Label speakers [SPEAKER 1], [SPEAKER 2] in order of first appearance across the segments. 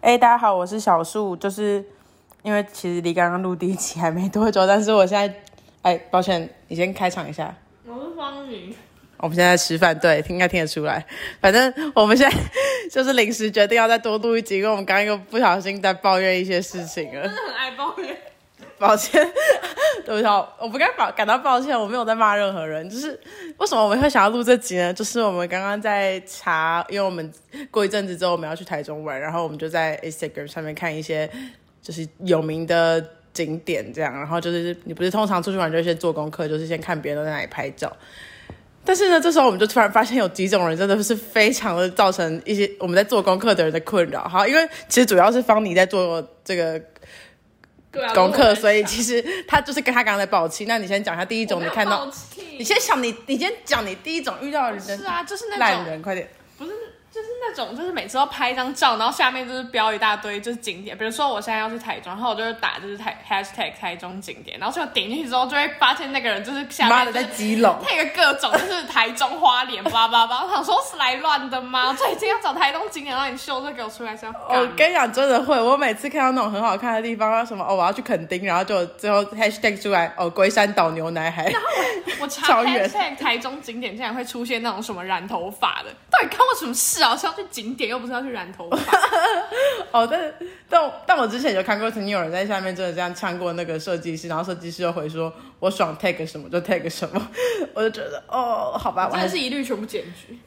[SPEAKER 1] 哎，大家好，我是小树，就是因为其实离刚刚录第一期还没多久，但是我现在，哎，抱歉，你先开场一下。
[SPEAKER 2] 我是方宇，
[SPEAKER 1] 我们现在吃饭，对，应该听得出来。反正我们现在 就是临时决定要再多录一集，因为我们刚刚又不小心在抱怨一些事情了
[SPEAKER 2] 真。的很爱抱怨。
[SPEAKER 1] 抱歉， 对不起，我不该抱感到抱歉，我没有在骂任何人。就是为什么我们会想要录这集呢？就是我们刚刚在查，因为我们过一阵子之后我们要去台中玩，然后我们就在 Instagram 上面看一些就是有名的景点这样。然后就是你不是通常出去玩就会先做功课，就是先看别人都在哪里拍照。但是呢，这时候我们就突然发现有几种人真的是非常的造成一些我们在做功课的人的困扰。好，因为其实主要是方妮在做这个
[SPEAKER 2] 对啊，
[SPEAKER 1] 功课，
[SPEAKER 2] 我
[SPEAKER 1] 所以其实他就是跟他刚刚在爆气。那你先讲一下第一
[SPEAKER 2] 我
[SPEAKER 1] 种，
[SPEAKER 2] 没
[SPEAKER 1] 你
[SPEAKER 2] 有
[SPEAKER 1] 看到
[SPEAKER 2] 抱，气
[SPEAKER 1] 你先想你，你先讲你第一种遇到的人
[SPEAKER 2] 是啊，就是那
[SPEAKER 1] 烂
[SPEAKER 2] 种
[SPEAKER 1] 人，快点。
[SPEAKER 2] 不是就是那种就是每次都拍一张照，然后下面就是标一大堆就是景点，比如说我现在要去台中，然后我就会打就是台 hashtag 台中景点，然后就点进去之后就会发现那个人就是下
[SPEAKER 1] 妈的，
[SPEAKER 2] 面就
[SPEAKER 1] 在
[SPEAKER 2] 是
[SPEAKER 1] 基隆，
[SPEAKER 2] 那个各种就是台中花脸叭叭叭，我想说是来乱的吗？我最近要找台东景点，然后你秀这给我出来是要干
[SPEAKER 1] 哦我
[SPEAKER 2] 嘛？
[SPEAKER 1] 跟你讲，真的会。我每次看到那种很好看的地方，什么哦，我要去垦丁，然后就最后 hashtag 出来哦，龟山岛牛奶海。
[SPEAKER 2] 我
[SPEAKER 1] 超
[SPEAKER 2] 查
[SPEAKER 1] 远
[SPEAKER 2] hashtag 台中景点竟然会出现那种什么染头发的，到底干我什么事啊？我是要去景点，又不是要去染头发。
[SPEAKER 1] 哦，但是但我但我之前有看过，曾经有人在下面真的这样呛过那个设计师，然后设计师又回说，我爽 tag 什么就 tag 什么， 我就觉得哦，好 吧，我
[SPEAKER 2] 真
[SPEAKER 1] 还
[SPEAKER 2] 的
[SPEAKER 1] 是
[SPEAKER 2] 是一律全部检举。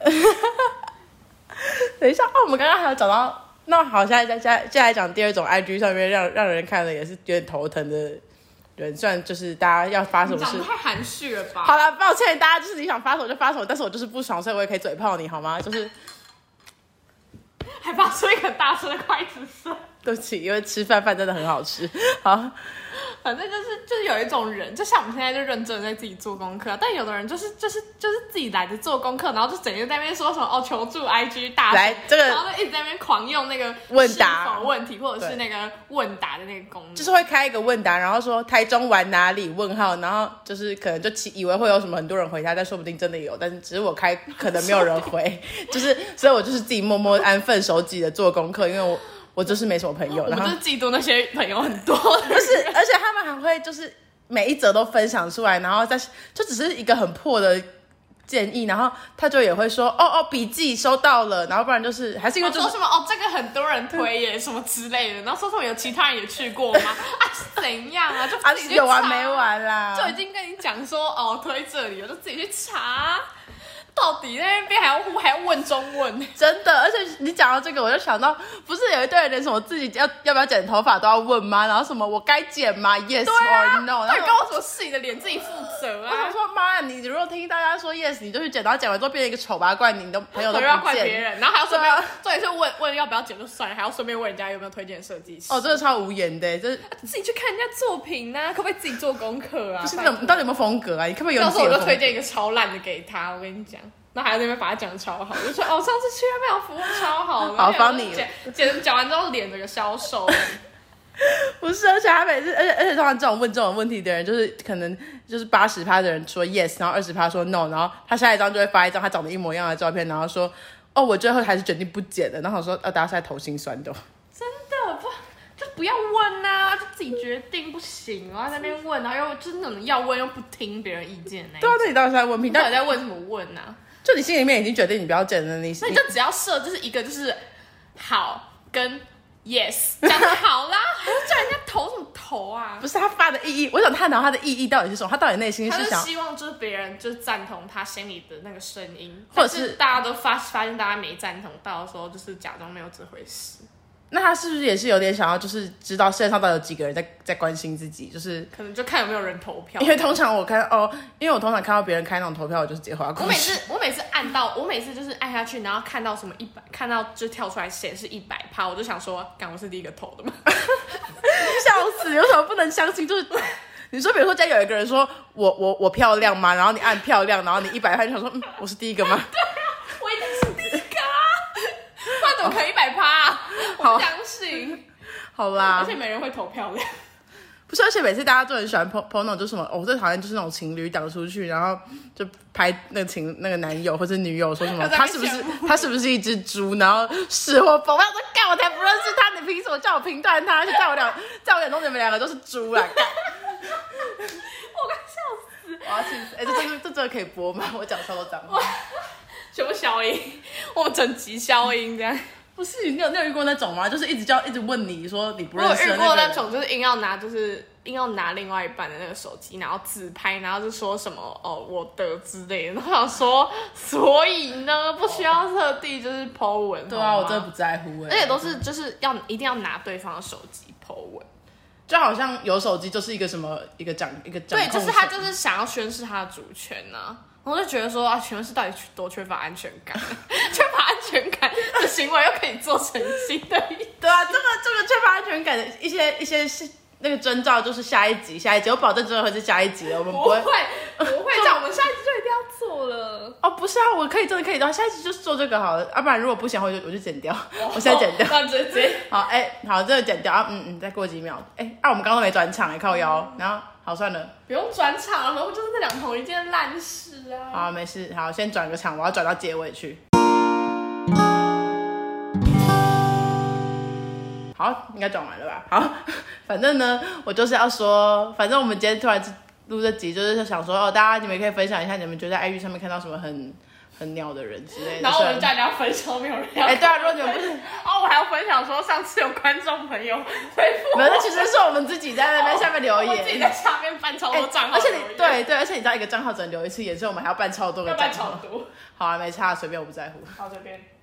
[SPEAKER 1] 等一下，哦，我们刚刚还有找到，那好，现在再再再来讲第二种 IG 上面让让人看了也是有点头疼的人，虽然就是大家要发什
[SPEAKER 2] 你
[SPEAKER 1] 么
[SPEAKER 2] 长
[SPEAKER 1] 事
[SPEAKER 2] 得。太含蓄了吧？
[SPEAKER 1] 好了，抱歉，大家就是你想发什么就发什么，但是我就是不爽，所以我也可以嘴炮你好吗？就是
[SPEAKER 2] 还发出一个大声的筷子声。
[SPEAKER 1] 对不起，因为吃饭饭真的很好吃。
[SPEAKER 2] 啊
[SPEAKER 1] 好，
[SPEAKER 2] 反正就是就是有一种人，就像我们现在就认真地在自己做功课，啊但有的人就是就是就是自己懒得做功课，然后就整天在那边说什么哦求助 IG 大神
[SPEAKER 1] 来这个
[SPEAKER 2] 然后就一直在那边狂用那个
[SPEAKER 1] 问答
[SPEAKER 2] 是否问题或者
[SPEAKER 1] 对
[SPEAKER 2] 是那个问答的那个功能，
[SPEAKER 1] 就是会开一个问答，然后说台中玩哪里？问号，然后就是可能就期以为会有什么很多人回答，但说不定真的有，但是只是我开可能没有人回， 就是所以我就是自己默默安分守己的做功课，因为我我就是没什么朋友，
[SPEAKER 2] 我
[SPEAKER 1] 然后
[SPEAKER 2] 就是嫉妒那些朋友很 多的
[SPEAKER 1] 不是，而且他们还会就是每一则都分享出来，然后再就只是一个很破的建议，然后他就也会说哦哦笔记收到了，然后不然就是还是因为
[SPEAKER 2] 我
[SPEAKER 1] 就
[SPEAKER 2] 说
[SPEAKER 1] 是
[SPEAKER 2] 什么哦，这个很多人推 耶，什么之类的，然后说什么有其他人也去过吗？ 啊，是怎样啊？就
[SPEAKER 1] 啊
[SPEAKER 2] 自己去
[SPEAKER 1] 有完
[SPEAKER 2] 查
[SPEAKER 1] 没，完啊啦，
[SPEAKER 2] 就已经跟你讲说哦，推这里，我就自己去查。到底在那边还要还要问中问，
[SPEAKER 1] 真的，而且你讲到这个，我就想到，不是有一堆人连什么自己要要不要剪头发都要问吗？然后什么我该剪吗？Yes
[SPEAKER 2] 对啊
[SPEAKER 1] or no？、
[SPEAKER 2] 到
[SPEAKER 1] 然
[SPEAKER 2] 底
[SPEAKER 1] 后
[SPEAKER 2] 关我什么事？你的脸自己负责
[SPEAKER 1] 我
[SPEAKER 2] 啊
[SPEAKER 1] 想！说，妈呀，你如果听大家说 yes，你就去剪，然后剪完之后变成一个丑八怪，你的朋友
[SPEAKER 2] 我
[SPEAKER 1] 都
[SPEAKER 2] 又要
[SPEAKER 1] 不
[SPEAKER 2] 怪别
[SPEAKER 1] 见。
[SPEAKER 2] 人，然后还要顺
[SPEAKER 1] 对
[SPEAKER 2] 便
[SPEAKER 1] 啊，
[SPEAKER 2] 重点是问问要不要剪就算了，还要顺便问人家有没有推荐设计师。
[SPEAKER 1] 哦，真的超无言的，这不
[SPEAKER 2] 自己去看人家作品呐、可不可以自己做功课啊？
[SPEAKER 1] 是
[SPEAKER 2] 拜
[SPEAKER 1] 那
[SPEAKER 2] 托
[SPEAKER 1] 种你到底有没有风格啊？你可不可以有
[SPEAKER 2] 到
[SPEAKER 1] 你
[SPEAKER 2] 时
[SPEAKER 1] 自
[SPEAKER 2] 候
[SPEAKER 1] 己的
[SPEAKER 2] 我就
[SPEAKER 1] 风
[SPEAKER 2] 推
[SPEAKER 1] 格？
[SPEAKER 2] 荐一个超烂的给他，我跟你讲，那还在那边把他讲得超好，我就说哦，上次去那边有服务超好，
[SPEAKER 1] 好
[SPEAKER 2] 然后
[SPEAKER 1] 帮你
[SPEAKER 2] 剪剪讲完之后脸整个消瘦，
[SPEAKER 1] 不是，而且他每次，而且而且通常这种问这种问题的人，就是可能就是八十趴的人说 yes，然后二十趴说 no，然后他下一张就会发一张他长得一模一样的照片，然后说哦，我最后还是决定不剪了，然后我说呃，大家是在头心酸的哦。
[SPEAKER 2] 真的不就不要问呐、就自己决定不行，然后在那边问，然后又就是那种要问又不听别人意见那一
[SPEAKER 1] 对
[SPEAKER 2] 种
[SPEAKER 1] 啊，，那你到底是在问屁？
[SPEAKER 2] 你到
[SPEAKER 1] 那
[SPEAKER 2] 底在问什么问呐、啊？
[SPEAKER 1] 就你心里面已经决定你不要剪了，你
[SPEAKER 2] 那你
[SPEAKER 1] 你
[SPEAKER 2] 就只要设就是一个就是好跟 yes 讲就好啦， 还要叫人家投什么投啊？
[SPEAKER 1] 不是他发的意义，我想探讨他的意义到底是什么，他到底内心
[SPEAKER 2] 他
[SPEAKER 1] 是
[SPEAKER 2] 就
[SPEAKER 1] 想
[SPEAKER 2] 希望就是别人就是赞同他心里的那个声音，
[SPEAKER 1] 或者
[SPEAKER 2] 但
[SPEAKER 1] 是
[SPEAKER 2] 是大家都发发现大家没赞同到的时候，就是假装没有这回事。
[SPEAKER 1] 那他是不是也是有点想要就是知道世界上到底有几个人在在关心自己，就是。
[SPEAKER 2] 可能就看有没有人投票
[SPEAKER 1] 因。为通常我看哦，因为我通常看到别人开那种投票，我就直接划过去。
[SPEAKER 2] 我每次我每次按到我每次就是按下去，然后看到什么一百，看到就跳出来显示一百趴，我就想说，敢我是第一个投的吗？
[SPEAKER 1] 笑死，有什么不能相信？ 就是你说，比如说，家有一个人说我我我漂亮吗？然后你按漂亮，然后你一百块，你想说，嗯，我是第一个吗？
[SPEAKER 2] 啊我一定是第一个啊！不然怎么可能一百趴？啊我不相信，
[SPEAKER 1] 好
[SPEAKER 2] 而
[SPEAKER 1] 啦
[SPEAKER 2] 且，没人会投漂亮。
[SPEAKER 1] 不是，而且每次大家都很喜欢 PO PO 那种，就是什么，哦我最讨厌就是那种情侣档出去，然后就拍那个情那个男友或者女友说什么，
[SPEAKER 2] 他 在
[SPEAKER 1] 他
[SPEAKER 2] 那边
[SPEAKER 1] 是不是
[SPEAKER 2] 羡慕
[SPEAKER 1] 他是不是一只猪？然后是或否？我说干，我才不认识他，你你凭什么叫我评断他？而且在我两，在我眼中你们两个都是猪啦！干
[SPEAKER 2] 我快笑死。
[SPEAKER 1] 我要气死！哎、这这这这可以播吗？ 我讲超多脏话。
[SPEAKER 2] 全部消音，我们整集消音这样。
[SPEAKER 1] 不是你有你有遇过那种吗？就是一直叫，一直问你说你不
[SPEAKER 2] 我
[SPEAKER 1] 认
[SPEAKER 2] 有
[SPEAKER 1] 识的
[SPEAKER 2] 遇过
[SPEAKER 1] 个
[SPEAKER 2] 那
[SPEAKER 1] 人
[SPEAKER 2] 种，就是硬要拿，就是硬要拿另外一半的那个手机，然后自拍，然后就说什么哦我的之类的， 然后想说，所以呢不需要特地就是 Po 文，
[SPEAKER 1] 对啊，
[SPEAKER 2] 好
[SPEAKER 1] 我
[SPEAKER 2] 吗
[SPEAKER 1] 真的不在乎哎、
[SPEAKER 2] 哦而且都是就是要一定要拿对方的手机 Po 文，
[SPEAKER 1] 就好像有手机就是一个什么一个掌一个掌
[SPEAKER 2] 对，
[SPEAKER 1] 控
[SPEAKER 2] 就是他
[SPEAKER 1] 手
[SPEAKER 2] 就是想要宣示他的主权呢、啊。我就觉得说啊，请问是到底多缺乏安全感？ 缺乏安全感的行为又可以做成新的一
[SPEAKER 1] 对啊，这个这个缺乏安全感的一些一些是那个征兆，就是下一集下一集，我保证真的会是下一集的，我们不
[SPEAKER 2] 不
[SPEAKER 1] 会
[SPEAKER 2] 会。，不会，这样我们下一次就一定要做了。
[SPEAKER 1] 哦，不是啊，我可以真的可以到下一集就是做这个好了，要、啊不然如果不行，我就我就剪掉，
[SPEAKER 2] 哦
[SPEAKER 1] 我现在剪 掉。
[SPEAKER 2] 那直接
[SPEAKER 1] 好，哎、好，这个剪掉啊，嗯嗯，再过几秒，哎、啊，我们刚刚都没转场，哎，靠腰，然后好算了，
[SPEAKER 2] 不用转场了，我们就是那两头一件烂事啊。
[SPEAKER 1] 好，没事，好，先转个场，我要转到结尾去。好，应该转完了吧？好， 反正呢，我就是要说，反正我们今天突然录这集，就是想说，哦，大家你们也可以分享一下，你们觉得在 IG 上面看到什么很很鸟的人之类的。
[SPEAKER 2] 然后我们
[SPEAKER 1] 虽然
[SPEAKER 2] 叫人家分手，没有人要。
[SPEAKER 1] 哎、对啊，如果你们不是，
[SPEAKER 2] 哦，我还要分享说，上次有观众朋友回复
[SPEAKER 1] 没有，那其实是我们自己在那边下面留
[SPEAKER 2] 我自己
[SPEAKER 1] 言。
[SPEAKER 2] 在下面办超
[SPEAKER 1] 哎
[SPEAKER 2] 多账号
[SPEAKER 1] 而且
[SPEAKER 2] 留言，
[SPEAKER 1] 你对对，而且你知道一个账号只能留一次言，所以我们还要办超多个
[SPEAKER 2] 要
[SPEAKER 1] 账
[SPEAKER 2] 办超
[SPEAKER 1] 号。
[SPEAKER 2] 多，
[SPEAKER 1] 好啊，没差，随便，我不在乎。
[SPEAKER 2] 好这边。